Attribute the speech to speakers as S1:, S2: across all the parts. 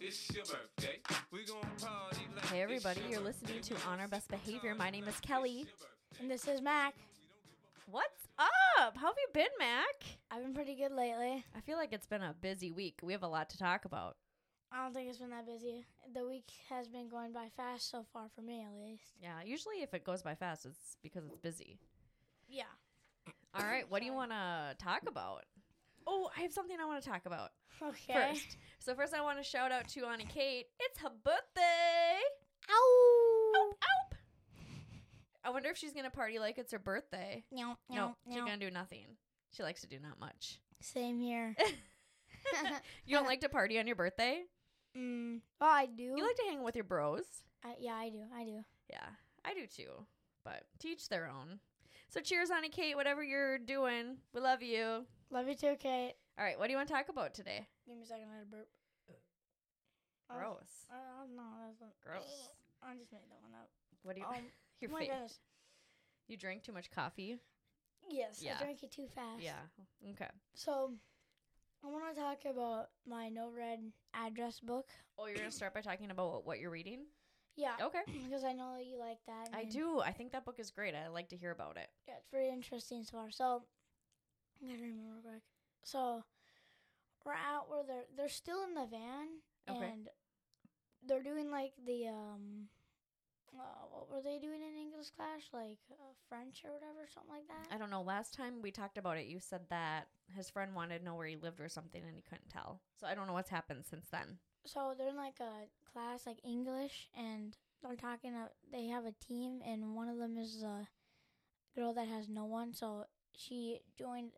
S1: It's your birthday. We gonna party like
S2: Hey, everybody,
S1: it's your
S2: you're listening
S1: birthday.
S2: to On Our Best Behavior. My name is Kelly.
S3: And this is Mac.
S2: What's up? How have you been, Mac?
S3: I've been pretty good lately.
S2: I feel like it's been a busy week. We have a lot to talk about.
S3: I don't think it's been that busy. The week has been going by fast so far for me, at least.
S2: Yeah, usually if it goes by fast, it's because it's busy.
S3: Yeah.
S2: All right, what do you want to talk about? Oh, I have something I want to talk about
S3: Okay.
S2: first. So first, I want to shout out to Anna Kate. It's her birthday.
S3: Ow!
S2: Oop, oop. I wonder if she's gonna party like it's her birthday.
S3: No,
S2: No, she's gonna do nothing. She likes to do not much.
S3: Same here.
S2: You don't like to party on your birthday?
S3: mm. Oh, I do.
S2: You like to hang out with your bros.
S3: I, yeah, I do. I do.
S2: Yeah, I do too. But teach their own. So cheers, Annie Kate, whatever you're doing. We love you. All
S3: Love you too, Kate.
S2: right, what do you want to talk about today?
S3: Give me a second. I had a burp. Oh,
S2: Gross.
S3: I don't know. That's not-
S2: Gross.
S3: I just made that one up.
S2: What do you
S3: Um,
S2: your
S3: oh my
S2: face?
S3: goodness.
S2: You drink too much coffee?
S3: Yes,
S2: Yeah.
S3: I drank it too fast.
S2: Yeah. Okay.
S3: So, I want to talk about my no red address book.
S2: Oh, you're gonna start by talking about what you're reading?
S3: Yeah.
S2: Okay.
S3: because I know that you like that.
S2: I
S3: and-
S2: do. I think that book is great. I like to hear about it.
S3: Yeah, it's very interesting so far. So I gotta remember real quick. So we're out where they're they're still in the van
S2: Okay.
S3: and they're doing like the um uh, what were they doing in English class? Like uh, French or whatever, something like that.
S2: I don't know. Last time we talked about it, you said that his friend wanted to know where he lived or something and he couldn't tell. So I don't know what's happened since then.
S3: so they're in like a class like English and they're talking. Uh, they have a team and one of them is a girl that has no one. So she joined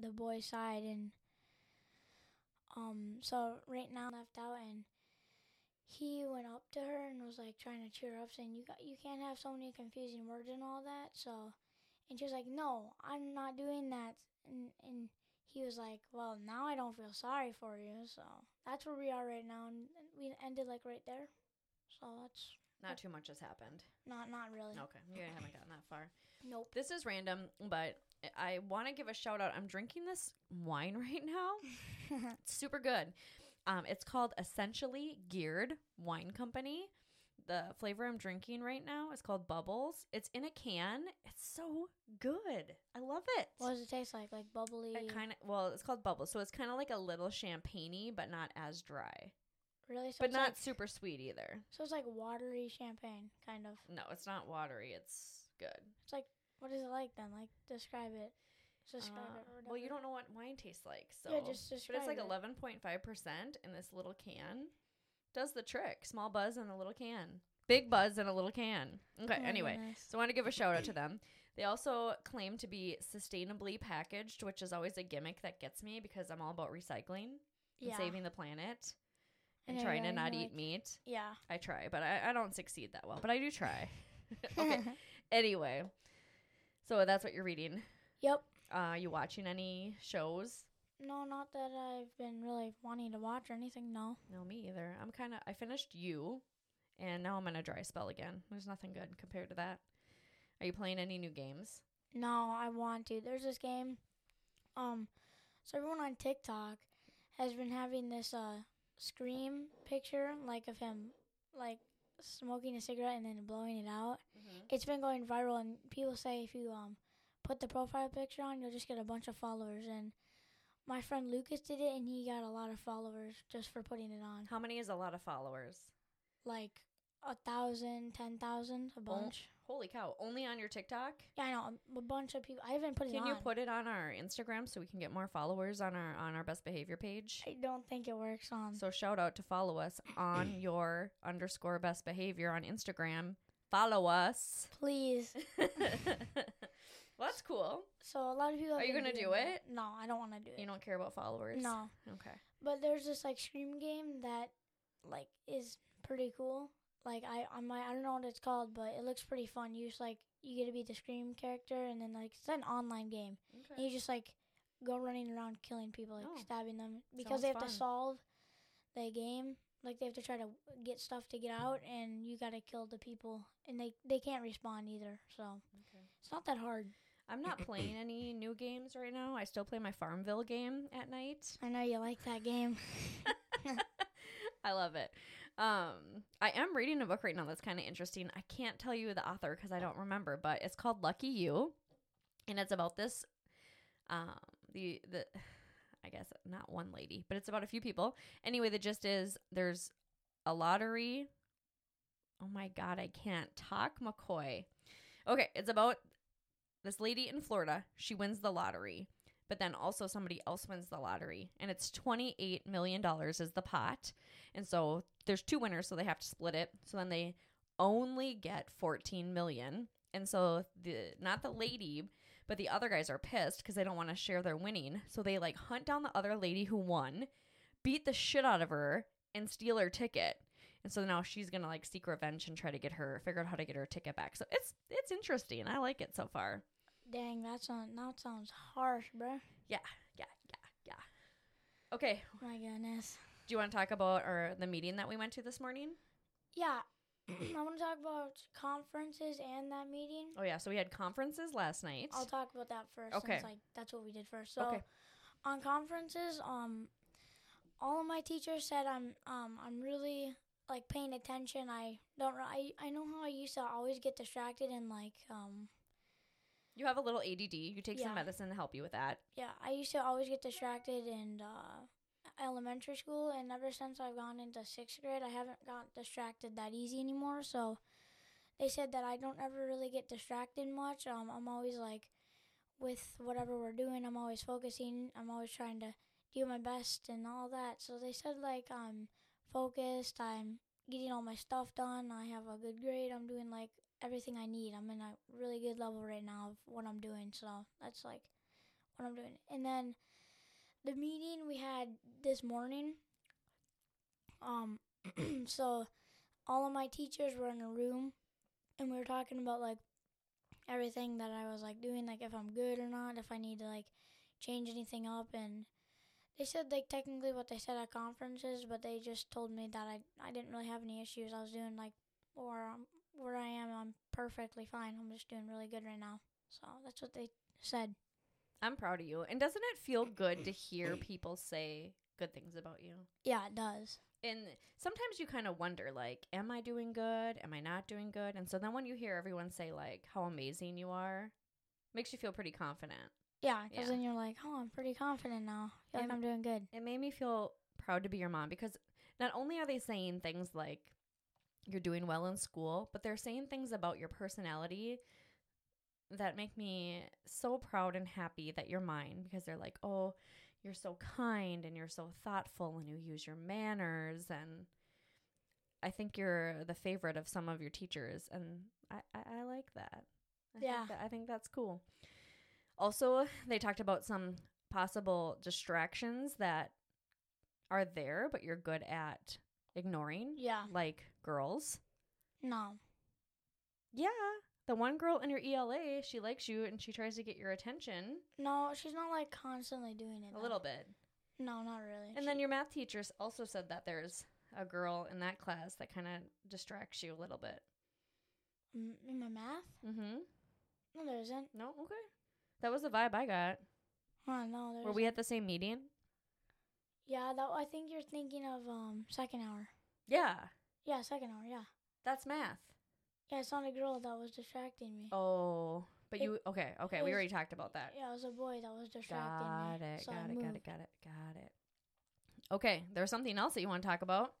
S3: the boys' side and um. So right now left out and he went up to her and was like trying to cheer her up, saying you got you can't have so many confusing words and all that. So and she was like, no, I'm not doing that. And and he was like, well, now I don't feel sorry for you. So that's where we are right now, and and we ended like right there. So that's
S2: Not too much has happened.
S3: not not really.
S2: Okay. You haven't gotten that far.
S3: Nope.
S2: This is random, but I want to give a shout out. I'm drinking this wine right now. It's super good. Um, it's called Essentially Geared Wine Company. The flavor I'm drinking right now is called Bubbles. It's in a can. It's so good. I love it.
S3: What does it taste like? Like bubbly?
S2: it kind of well, it's called Bubbles, so it's kind of like a little champagney, but not as dry,
S3: really? So
S2: but
S3: it's
S2: not
S3: Like,
S2: super sweet either.
S3: so it's like watery champagne, kind of.
S2: No, it's not watery. It's good.
S3: It's like what is it like then? Like describe it. Just Describe
S2: Uh,
S3: it. Or
S2: well, you
S3: whatever.
S2: don't know what wine tastes like, so
S3: Yeah, just
S2: but it's
S3: describe
S2: like
S3: it.
S2: eleven point five percent in this little can. Does the trick? Small buzz in a little can. Big buzz in a little can. Okay.
S3: Oh my
S2: anyway,
S3: goodness.
S2: so I want to give a shout out to them. They also claim to be sustainably packaged, which is always a gimmick that gets me because I'm all about recycling and
S3: Yeah.
S2: saving the planet and
S3: know,
S2: trying to
S3: right?
S2: not
S3: You're
S2: eat
S3: like-
S2: meat.
S3: Yeah.
S2: I try, but I, I don't succeed that well. But I do try. okay. Anyway, so that's what you're reading.
S3: Yep.
S2: Uh, are you watching any shows?
S3: No, not that I've been really wanting to watch or anything. No.
S2: No, me either. I'm kind of. I finished you, and now I'm in a dry spell again. There's nothing good compared to that. Are you playing any new games?
S3: No, I want to. There's this game. Um, so everyone on TikTok has been having this uh scream picture, like of him, like smoking a cigarette and then blowing it out. It's been going viral, and people say if you um put the profile picture on, you'll just get a bunch of followers. And my friend Lucas did it, and he got a lot of followers just for putting it on,
S2: How many is a lot of followers?
S3: like a thousand, ten thousand, a bunch.
S2: Holy cow! Only on your TikTok?
S3: Yeah, I know a bunch of people. I haven't put it
S2: Can
S3: on.
S2: you put it on our Instagram so we can get more followers on our on our best behavior page?
S3: I don't think it works on.
S2: So shout out to follow us on your underscore best behavior on Instagram. Follow us.
S3: Please.
S2: well, that's cool.
S3: So a lot of people. have
S2: Are you
S3: been
S2: gonna
S3: doing
S2: do
S3: that.
S2: it?
S3: No, I don't want to do it.
S2: You don't care about followers.
S3: No,
S2: Okay.
S3: but there's this like scream game that like is pretty cool. Like I on my I don't know what it's called, but it looks pretty fun. You just like you get to be the scream character, and then like it's an online game.
S2: Okay.
S3: And you just like go running around killing people, like
S2: Oh.
S3: stabbing them
S2: Sounds
S3: because they have
S2: fun.
S3: to solve the game. Like they have to try to get stuff to get out, and you gotta kill the people, and they they can't respawn either. So
S2: Okay.
S3: it's not that hard.
S2: I'm not playing any new games right now. I still play my Farmville game at night.
S3: I know you like that game.
S2: I love it. Um, I am reading a book right now that's kind of interesting. I can't tell you the author because I don't remember, but it's called Lucky You, and it's about this, um, the the, I guess not one lady, but it's about a few people. Anyway, the gist is there's a lottery. Oh my god, I can't talk, McCoy. Okay, it's about this lady in Florida. She wins the lottery, but then also somebody else wins the lottery, and it's twenty eight million dollars is the pot. And so there's two winners, so they have to split it. So then they only get 14 million. And so the not the lady, but the other guys are pissed because they don't want to share their winning. So they like hunt down the other lady who won, beat the shit out of her, and steal her ticket. And so now she's gonna like seek revenge and try to get her figure out how to get her ticket back. So it's it's interesting. I like it so far.
S3: Dang, that sounds that sounds harsh, bro.
S2: Yeah, yeah, yeah. Okay.
S3: My goodness.
S2: Do you want to talk about our the meeting that we went to this morning?
S3: Yeah, I want to talk about conferences and that meeting.
S2: Oh yeah. So we had conferences last night.
S3: I'll talk about that first.
S2: Okay.
S3: Since, like that's what we did first. So
S2: Okay.
S3: on conferences, um, all of my teachers said I'm um I'm really like paying attention. I don't re- I I know how I used to always get distracted and like um
S2: You have a little ADD. You take some
S3: Yeah.
S2: medicine to help you with that.
S3: yeah I used to always get distracted in uh, elementary school, and ever since I've gone into sixth grade, I haven't got distracted that easy anymore. So they said that I don't ever really get distracted much. Um, I'm always like with whatever we're doing. I'm always focusing. I'm always trying to do my best and all that. So they said like I'm focused. I'm getting all my stuff done. I have a good grade. I'm doing like everything I need. I'm in a really good level right now of what I'm doing. So that's like what I'm doing. And then the meeting we had this morning. Um, so all of my teachers were in a room, and we were talking about like everything that I was like doing, like if I'm good or not, if I need to like change anything up, and they said like technically what they said at conferences, but they just told me that I I didn't really have any issues. I was doing like or um, where I am, I'm perfectly fine. I'm just doing really good right now. So that's what they said.
S2: I'm proud of you. And doesn't it feel good to hear people say good things about you?
S3: Yeah, it does.
S2: And sometimes you kind of wonder, like, am I doing good? Am I not doing good? And so then when you hear everyone say, like, how amazing you are, makes you feel pretty confident.
S3: Yeah, because
S2: Yeah.
S3: then you're like, oh, I'm pretty confident now. I feel like
S2: And-
S3: I'm doing good.
S2: It made me feel proud to be your mom because not only are they saying things like you're doing well in school, but they're saying things about your personality that make me so proud and happy that you're mine because they're like, "Oh, you're so kind and you're so thoughtful and you use your manners and I think you're the favorite of some of your teachers and I, I, I like that. I
S3: Yeah.
S2: Think that, I think that's cool. Also, they talked about some possible distractions that are there, but you're good at ignoring,
S3: Yeah.
S2: like girls.
S3: No.
S2: Yeah. The one girl in your ELA, she likes you and she tries to get your attention
S3: No, she's not like constantly doing it.
S2: a
S3: though.
S2: little bit.
S3: No, not really.
S2: And then your math teachers also said that there's a girl in that class that kind of distracts you a little bit.
S3: you're in my math?
S2: Mm hmm.
S3: No, there isn't.
S2: No? Okay. That was the vibe I got.
S3: Oh, no, there
S2: Were
S3: isn't.
S2: we at the same meeting?
S3: yeah, that I think you're thinking of um second hour.
S2: Yeah.
S3: Yeah, second hour. Yeah.
S2: That's math.
S3: Yeah, it's not a girl that was distracting me.
S2: Oh. But
S3: It-
S2: you, okay, okay.
S3: it
S2: We
S3: was-
S2: already talked about that.
S3: Yeah, it was a boy that was distracting
S2: Got
S3: me.
S2: it,
S3: so I
S2: got it, got
S3: moved.
S2: it, got it, got it. Okay, there's something else that you want to talk about.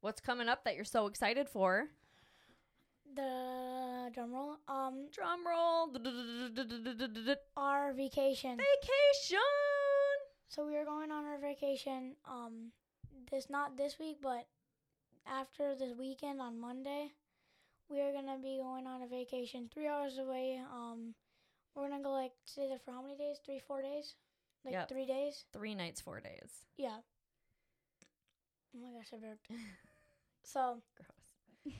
S2: What's coming up that you're so excited for?
S3: The drum roll. Um,
S2: Drum roll.
S3: our vacation.
S2: Vacation.
S3: So we are going on our vacation. Um, this not this week, but after this weekend on Monday, we are gonna be going on a vacation three hours away. Um, we're gonna go like stay there for how many days? Three, four days? Like
S2: Yep.
S3: three days?
S2: Three nights, four days.
S3: Yeah. Oh my gosh, I burped. so
S2: Gross.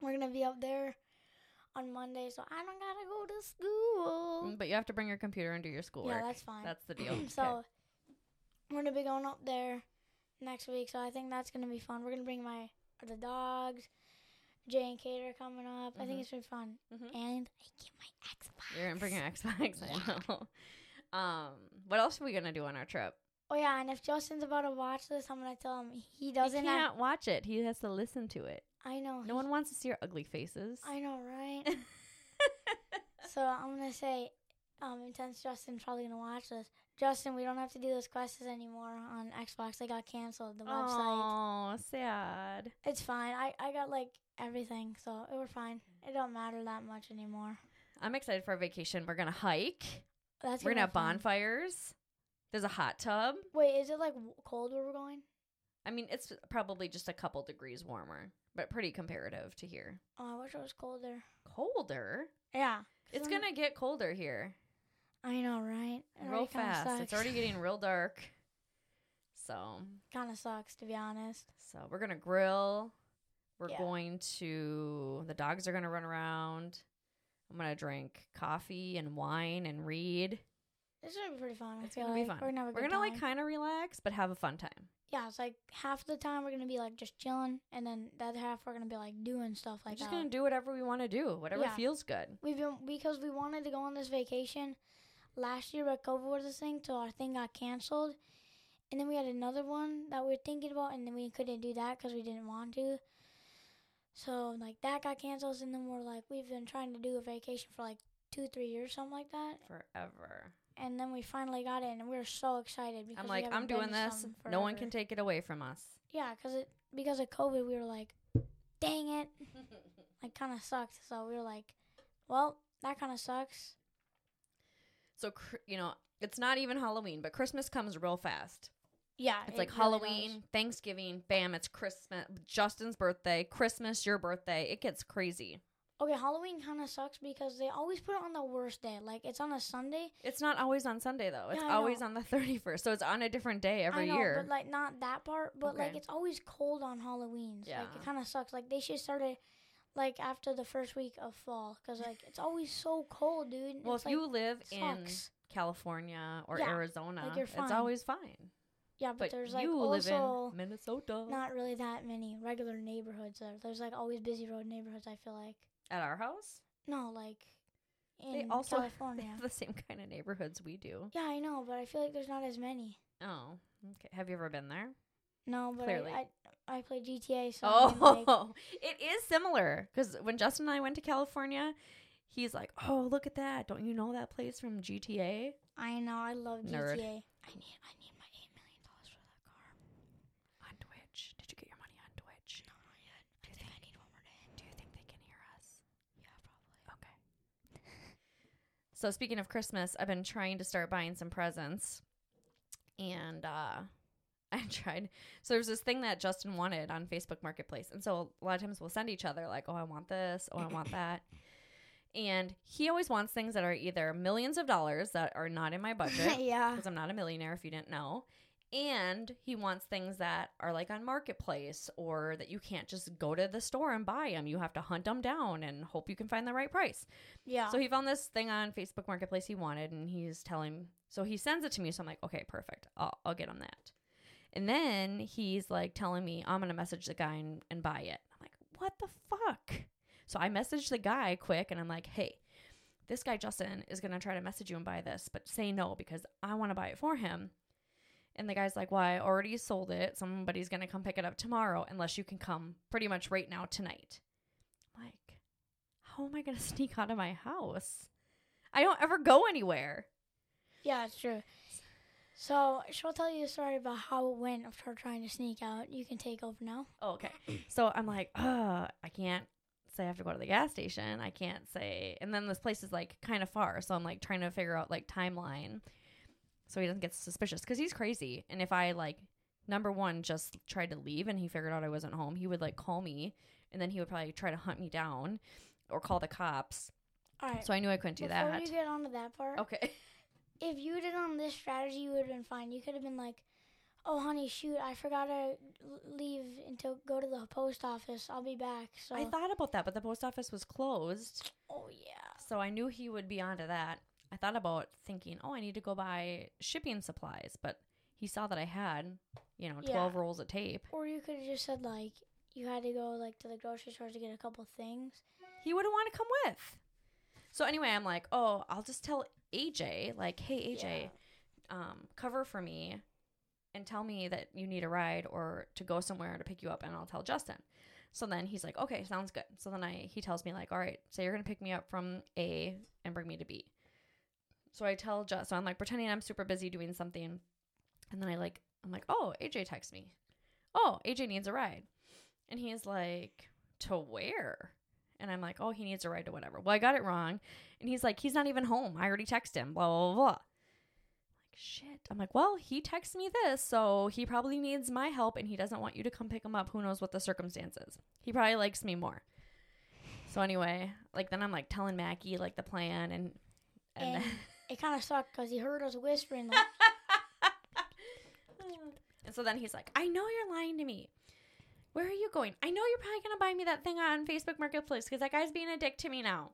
S3: we're gonna be up there on Monday, so I don't gotta go to school.
S2: Mm, But you have to bring your computer and do your schoolwork.
S3: Yeah, that's fine.
S2: That's the deal.
S3: so
S2: Okay.
S3: we're gonna be going up there next week, so I think that's gonna be fun. We're gonna bring my the dogs. Jay and Kate are coming up. I
S2: Mhm.
S3: think it's been fun.
S2: Mhm.
S3: And I get my Xbox.
S2: you're gonna bring your Xbox. I know. Um, what else are we gonna do on our trip?
S3: Oh yeah, and if Justin's about to watch this, I'm gonna tell him he
S2: Doesn't
S3: doesn't.
S2: he
S3: have,
S2: can't watch it. He has to listen to it.
S3: I know.
S2: No one wants to see our ugly faces.
S3: I know, right? so I'm gonna say, um, intense Justin's probably gonna watch this. Justin, we don't have to do those quests anymore on Xbox. They got canceled. The website.
S2: Oh, sad.
S3: It's fine. I I got like everything, so it we're fine.
S2: Mm-hmm.
S3: It don't matter that much anymore.
S2: I'm excited for our vacation. We're gonna hike.
S3: That's
S2: We're gonna
S3: be
S2: have
S3: fun.
S2: bonfires. There's a hot tub.
S3: Wait, is it like w- cold where we're going?
S2: I mean, it's probably just a couple degrees warmer, but pretty comparative to here.
S3: Oh, I wish it was colder.
S2: Colder.
S3: Yeah. 'cause
S2: It's
S3: then-
S2: gonna get colder here.
S3: I know, right?
S2: real fast. It's already getting real dark. So,
S3: kind of sucks to be honest.
S2: so we're gonna grill. We're
S3: Yeah.
S2: going to. The dogs are gonna run around. I'm gonna drink coffee and wine and read.
S3: This is gonna be pretty fun. I
S2: It's
S3: feel
S2: gonna be fun.
S3: like. We're gonna have a
S2: We're
S3: good
S2: gonna like
S3: time.
S2: kind of relax, but have a fun time.
S3: yeah, it's like half the time we're gonna be like just chilling, and then the other half we're gonna be like doing stuff
S2: We're
S3: like
S2: just
S3: that.
S2: gonna do whatever we want to do, whatever
S3: Yeah.
S2: feels good.
S3: We've been because we wanted to go on this vacation last year, but COVID was this thing, so our thing got canceled. And then we had another one that we were thinking about, and then we couldn't do that because we didn't want to. So like that got canceled, and then we're like, we've been trying to do a vacation for like two, three years, something like that.
S2: Forever.
S3: And then we finally got it, and we were so excited because
S2: I'm
S3: we
S2: like,
S3: haven't
S2: I'm
S3: been
S2: doing
S3: to
S2: this.
S3: something
S2: No one
S3: forever."
S2: can take it away from us.
S3: Yeah, cause it because of COVID, we were like, dang it, like kind of sucked. So we were like, well, that kind of sucks.
S2: So cr- you know, it's not even Halloween, but Christmas comes real fast.
S3: Yeah,
S2: It's
S3: it
S2: like
S3: really
S2: Halloween,
S3: does.
S2: Thanksgiving, bam, it's Christmas, Justin's birthday, Christmas, your birthday. It gets crazy.
S3: Okay, Halloween kind of sucks because they always put it on the worst day. Like it's on a Sunday
S2: It's not always on Sunday though. It's
S3: Yeah, I
S2: always
S3: know.
S2: on the 31st. So it's on a different day every
S3: I know,
S2: year.
S3: but like not that part. But like
S2: Okay.
S3: it's always cold on Halloween. So like
S2: Yeah.
S3: it kind of sucks. Like they should start it like after the first week of fall because like it's always so cold, dude.
S2: well, if
S3: it's, like,
S2: you live in
S3: sucks.
S2: California or
S3: Yeah,
S2: Arizona,
S3: you're
S2: it's
S3: fine.
S2: always fine.
S3: yeah, but,
S2: But
S3: there's like
S2: you live
S3: also
S2: in Minnesota
S3: not really that many regular neighborhoods there. There's like always busy road neighborhoods. I feel like
S2: at our house.
S3: no, like in
S2: They also
S3: California.
S2: They have the same kind of neighborhoods we do.
S3: yeah, I know, but I feel like there's not as many.
S2: Oh, okay. Have you ever been there?
S3: No, but
S2: Clearly.
S3: I, I I play GTA, so I mean, like,
S2: Oh, it is similar because when Justin and I went to California, he's like, "Oh, look at that! Don't you know that place from GTA?"
S3: I know I love GTA.
S2: Nerd.
S3: I need I need my eight million dollars for that car.
S2: On Twitch, did you get your money on Twitch?
S3: No, not yet. I think I need one more day.
S2: Do you think they can hear us?
S3: Yeah, probably.
S2: Okay. so speaking of Christmas, I've been trying to start buying some presents, and uh, I tried. So there's this thing that Justin wanted on Facebook Marketplace, and so a lot of times we'll send each other like, "Oh, I want this," "Oh, I want that." And he always wants things that are either millions of dollars that are not in my budget
S3: yeah.
S2: because I'm not a millionaire if you didn't know. And he wants things that are like on marketplace or that you can't just go to the store and buy them. You have to hunt them down and hope you can find the right price.
S3: Yeah.
S2: So he found this thing on Facebook Marketplace he wanted, and he's telling. So he sends it to me. So I'm like, okay, perfect. I'll, I'll get him that. And then he's like telling me, I'm gonna message the guy and, and buy it. I'm like, what the fuck? So I message the guy quick, and I'm like, hey, this guy Justin is gonna try to message you and buy this, but say no because I want to buy it for him. And the guy's like, well, I already sold it. Somebody's gonna come pick it up tomorrow, unless you can come pretty much right now tonight. I'm like, how am I going to sneak out of my house? I don't ever go anywhere.
S3: yeah, it's true. So she'll tell you a story about how it went of her trying to sneak out. You can take over now.
S2: Oh, okay. So I'm like, uh, I can't say I have to go to the gas station. I can't say. And then this place is like kind of far. So I'm like trying to figure out like timeline so he doesn't get suspicious because he's crazy. And if I like, number one, just tried to leave and he figured out I wasn't home, he would like call me and then he would probably try to hunt me down or call the cops.
S3: All right.
S2: So I knew I couldn't do
S3: Before
S2: that. Oh.
S3: you get onto that part,
S2: Okay.
S3: if you did on this strategy, you would have been fine. You could have been like, "Oh, honey, shoot, I forgot to l- leave until go to the post office. I'll be back." So,
S2: I thought about that, but the post office was closed.
S3: oh yeah,
S2: So I knew he would be onto that. I thought about thinking, oh, I need to go buy shipping supplies, but he saw that I had, you know,
S3: Yeah.
S2: 12 rolls of tape.
S3: or you could have just said like you had to go like to the grocery store to get a couple things.
S2: He wouldn't want to come with. So anyway, I'm like, oh, I'll just tell AJ, like, hey, AJ, um, cover for me and tell me that you need a ride or to go somewhere to pick you up and I'll tell Justin. So then he's like, okay, sounds good. So then I he tells me like, all right, so you're gonna pick me up from A and bring me to B. So I tell Justin, so I'm like pretending I'm super busy doing something, and then I like I'm like, oh, AJ texts me. Oh, AJ needs a ride, and he's like, to where? And I'm like, oh, he needs a ride to whatever. Well, I got it wrong, and he's like, he's not even home. I already texted him. Blah blah blah. blah. Like shit. I'm like, well, he texts me this, so he probably needs my help, and he doesn't want you to come pick him up. Who knows what the circumstances? He probably likes me more. So anyway, like then I'm like telling Mackie like the plan, and and,
S3: And
S2: then-
S3: It kind of sucked because he heard us whispering. Like,
S2: and so then he's like, I know you're lying to me. Where are you going? I know you're probably going to buy me that thing on Facebook Marketplace because that guy's being a dick to me now.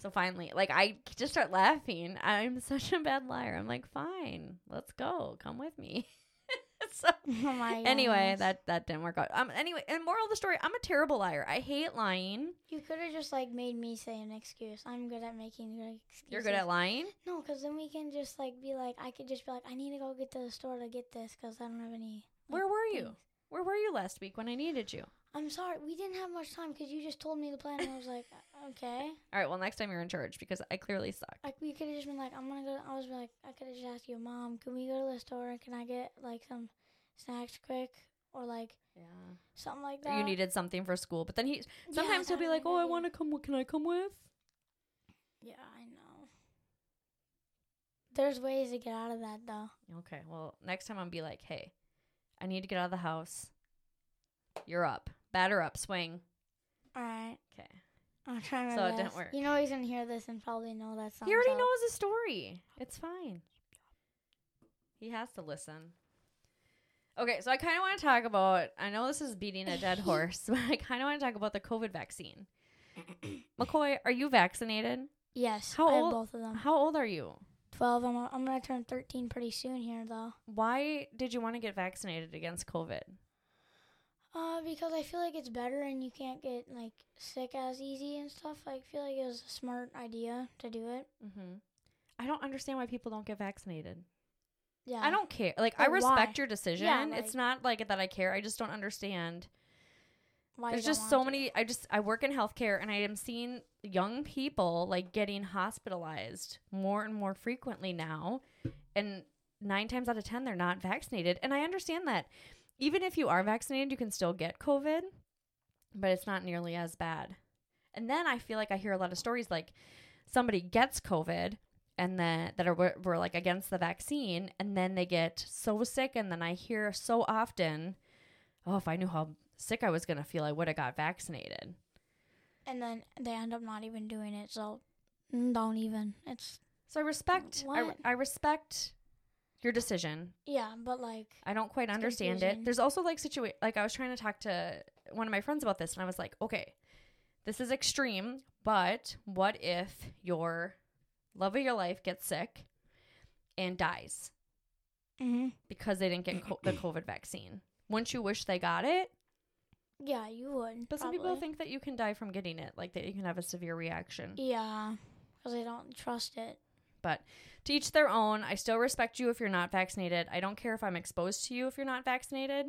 S2: So finally, like, I just start laughing. I'm such a bad liar. I'm like, fine, let's go. Come with me. so
S3: oh my
S2: anyway,
S3: goodness.
S2: that, that didn't work out. Um, anyway, and moral of the story, I'm a terrible liar. I hate lying.
S3: you could have just like made me say an excuse. I'm good at making good excuses.
S2: You're good at lying.
S3: No, because then we can just like be like, I could just be like, I need to go get to the store to get this because I don't have any.
S2: Where were you?
S3: things.
S2: Where were you last week when I needed you?
S3: I'm sorry, we didn't have much time because you just told me the plan, and I was like, "Uh, okay.
S2: All right, well, next time you're in charge because I clearly suck.
S3: Like we could have just been like, I'm gonna go. I was like, I could have just asked you, Mom, can we go to the store? Can I get like some snacks quick or like
S2: Yeah.
S3: something like
S2: or
S3: that?
S2: you needed something for school. But then he
S3: Yeah,
S2: sometimes he'll
S3: that
S2: be
S3: would
S2: like, "Oh, I
S3: good, yeah.
S2: want to come. wi- Can I come with?"
S3: Yeah, I know. There's ways to get out of that though.
S2: Okay. Well, next time I'm be like, "Hey, I need to get out of the house. You're up. Batter up. Swing."
S3: All right,
S2: Okay.
S3: I'm trying my
S2: So it
S3: best.
S2: didn't work.
S3: You know he's gonna hear this and probably know that song.
S2: He already knows the story. It's fine. He has to listen. Okay, so I kind of want to talk about. I know this is beating a dead horse, but I kind of want to talk about the COVID vaccine. McCoy, are you vaccinated?
S3: Yes,
S2: How
S3: I have
S2: old-
S3: both of them.
S2: How old are you?
S3: Twelve. I'm I'm gonna turn thirteen pretty soon here though.
S2: Why did you want to get vaccinated against COVID?
S3: Uh, because I feel like it's better and you can't get like sick as easy and stuff. I feel like it was a smart idea to do it.
S2: Mm-hmm. I don't understand why people don't get vaccinated.
S3: Yeah.
S2: I don't care. Like, I
S3: But why?
S2: respect your decision.
S3: like-
S2: it's not like that I care. I just don't understand.
S3: Why you
S2: There's
S3: don't
S2: just so
S3: want to.
S2: many. I just, I work in healthcare and I am seeing young people like getting hospitalized more and more frequently now. And nine times out of 10, they're not vaccinated. And I understand that even if you are vaccinated, you can still get COVID, but it's not nearly as bad. And then I feel like I hear a lot of stories like somebody gets COVID and then that are were, were like against the vaccine, and then they get so sick. And then I hear so often, oh, if I knew how sick I was gonna feel, I would have got vaccinated.
S3: And then they end up not even doing it. So mm, don't even. It's
S2: So I respect, I,
S3: What?
S2: I respect your decision.
S3: yeah, but like
S2: I don't quite
S3: It's
S2: understand
S3: confusing.
S2: it. There's also like situation like I was trying to talk to one of my friends about this and I was like, "Okay, this is extreme, but what if your love of your life gets sick and dies Mm-hmm.
S3: hmm
S2: because they didn't get co- the COVID vaccine? Wouldn't you wish they got it?"
S3: yeah, you would.
S2: But some people
S3: probably.
S2: think that you can die from getting it, like that you can have a severe reaction.
S3: yeah, because they don't trust it.
S2: But to each their own. I still respect you if you're not vaccinated. I don't care if I'm exposed to you if you're not vaccinated.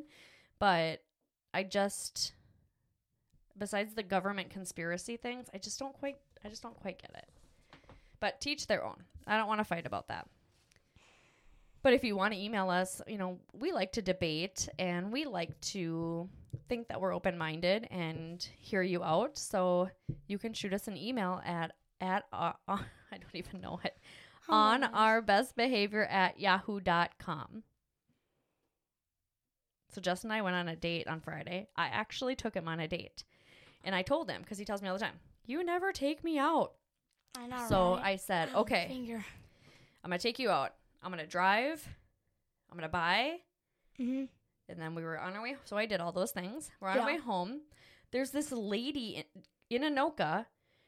S2: But I just besides the government conspiracy things, I just don't quite I just don't quite get it. But to each their own. I don't want to fight about that. But if you want to email us, you know, we like to debate and we like to think that we're open-minded and hear you out. So you can shoot us an email at at uh, I don't even know it
S3: Oh my
S2: on
S3: goodness.
S2: our best behavior at yahoo.com. So Justin and I went on a date on Friday. I actually took him on a date. And I told him because he tells me all the time, "You never take me out."
S3: I know.
S2: so
S3: right?
S2: I said,
S3: Oh,
S2: "Okay,
S3: Finger.
S2: I'm going to take you out. I'm going to drive. I'm going to buy." Mm-hmm.
S3: hmm
S2: And then we were on our way. So I did all those things. We're on our
S3: Yeah.
S2: way home. There's this lady in, in Anoka.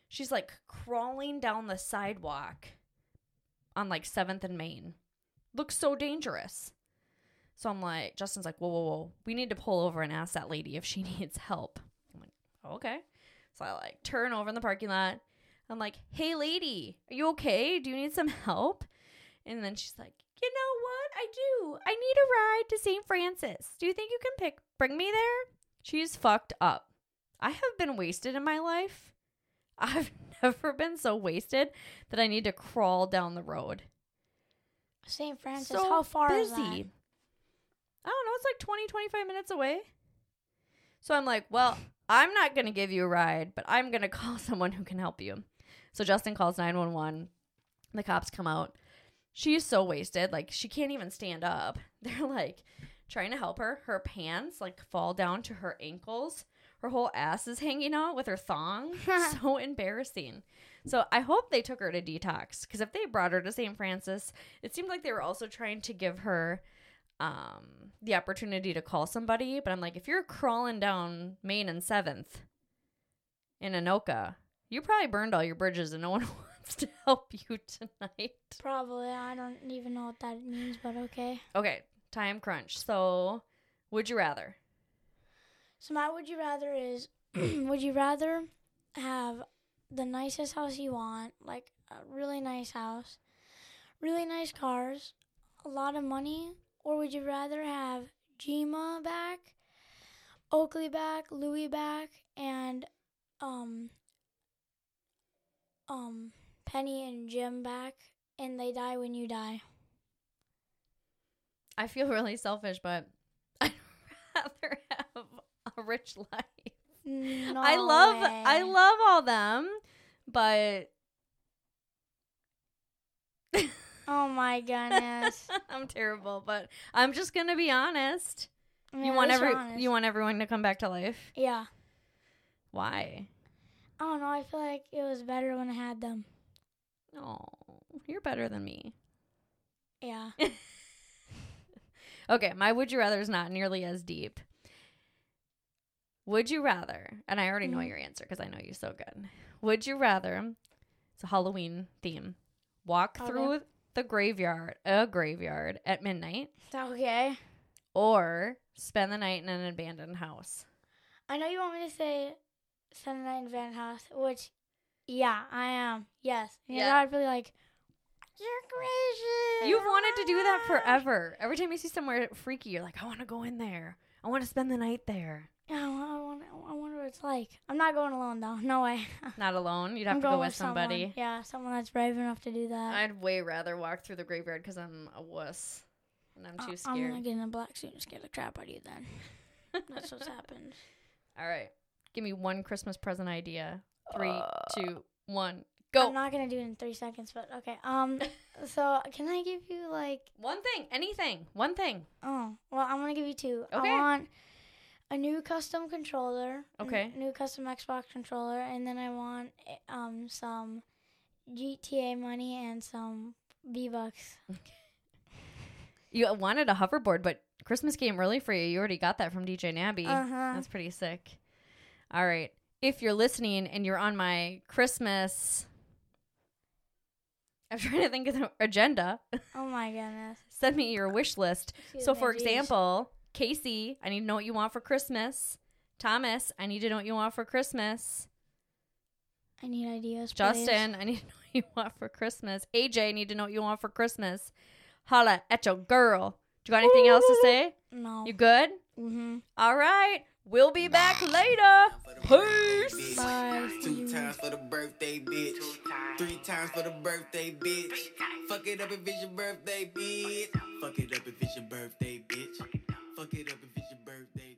S2: She's like crawling down the sidewalk on like 7th and Main. Looks so dangerous. So I'm like, Justin's like, whoa, whoa, whoa. We need to pull over and ask that lady if she needs help. I'm like, okay. So I like turn over in the parking lot. I'm like, hey, lady, are you okay? Do you need some help? And then she's like, you know what? I do. I need a ride to St. Francis. Do you think you can pick bring me there? She's fucked up. I have been wasted in my life. I've never been so wasted that I need to crawl down the road.
S3: St. Francis,
S2: so
S3: how far
S2: busy.
S3: is that?
S2: I don't know. It's like 20, 25 minutes away. So I'm like, well, I'm not going to give you a ride, but I'm going to call someone who can help you. So Justin calls 911. The cops come out. She's so wasted. Like, she can't even stand up. They're like trying to help her. Her pants like fall down to her ankles. Her whole ass is hanging out with her thong. so embarrassing. So I hope they took her to detox because if they brought her to St. Francis, it seemed like they were also trying to give her um the opportunity to call somebody but i'm like if you're crawling down main and seventh in anoka you probably burned all your bridges and no one wants to help you tonight
S3: Probably. I don't even know what that means, but okay.
S2: okay time crunch so would you rather
S3: So my would you rather is would you rather have the nicest house you want, like a really nice house, really nice cars, a lot of money, or would you rather have Jima back, Oakley back, Louis back, and um um Penny and Jim back and they die when you die.
S2: i feel really selfish but i'd rather have a rich life Mm, I
S3: No
S2: love I
S3: way.
S2: love all them, but
S3: Oh my goodness.
S2: I'm terrible, but I'm just going to be honest.
S3: I mean,
S2: you
S3: at
S2: want
S3: least you're
S2: every
S3: honest.
S2: you want everyone to come back to life.
S3: Yeah.
S2: Why?
S3: I don't know. I feel like it was better when I had them.
S2: Oh, you're better than me.
S3: Yeah.
S2: Okay, my would you rather is not nearly as deep. Would you rather? And I already know
S3: Mhm.
S2: your answer because I know you so good. Would you rather? It's a Halloween theme. Walk
S3: Okay.
S2: through the graveyard, a graveyard at midnight,
S3: Okay.
S2: or spend the night in an abandoned house.
S3: I know you want me to say Sunday Night in Van House, which, yeah, I am. Yes. And your
S2: Yeah.
S3: dad would be like, You're crazy.
S2: You've wanted to do that forever. Every time you see somewhere freaky, you're like, I want to go in there. I want to spend the night there.
S3: I, wa- I, wanna, I wonder what it's like. I'm not going alone, though. No way.
S2: Not alone. You'd have
S3: I'm
S2: to
S3: going
S2: go with somebody.
S3: Someone. Yeah, someone that's brave enough to do that.
S2: I'd way rather walk through the graveyard because I'm a wuss and I'm
S3: Uh,
S2: too
S3: I'm
S2: scared.
S3: going to get in a black suit and scare the crap out of you then. That's what's happened.
S2: All right. Give me one Christmas present idea. Three,
S3: Uh,
S2: two, one, go.
S3: I'm not going to do it in three seconds, but okay. Um, So, can I give you, like,
S2: one thing, anything, one thing.
S3: Oh, well, I'm gonna give you two.
S2: Okay.
S3: I want a new custom controller. n-
S2: Okay.
S3: new custom Xbox controller, and then I want eh, um some GTA money and some V Bucks.
S2: You wanted a hoverboard, but Christmas came early for you. You already got that from DJ Nabby.
S3: Uh huh.
S2: That's pretty sick. All right. If you're listening and you're on my Christmas, I'm trying to think of the agenda,
S3: Oh my goodness.
S2: send me your wish list.
S3: Excuse
S2: So,
S3: me,
S2: for
S3: jeez.
S2: example, Casey, I need to know what you want for Christmas. Thomas, I need to know what you want for Christmas.
S3: I need ideas. please.
S2: Justin, I need to know what you want for Christmas. AJ, I need to know what you want for Christmas. Holla at your girl. Do you got anything else to say?
S3: No.
S2: You good?
S3: hmm
S2: All right. We'll be back later. Peace.
S3: Bye.
S4: Two times for the birthday, bitch. Three times for the birthday, bitch. Fuck it up if it's your birthday, bitch. Fuck it up if it's your birthday, bitch. Fuck it up if it's your birthday,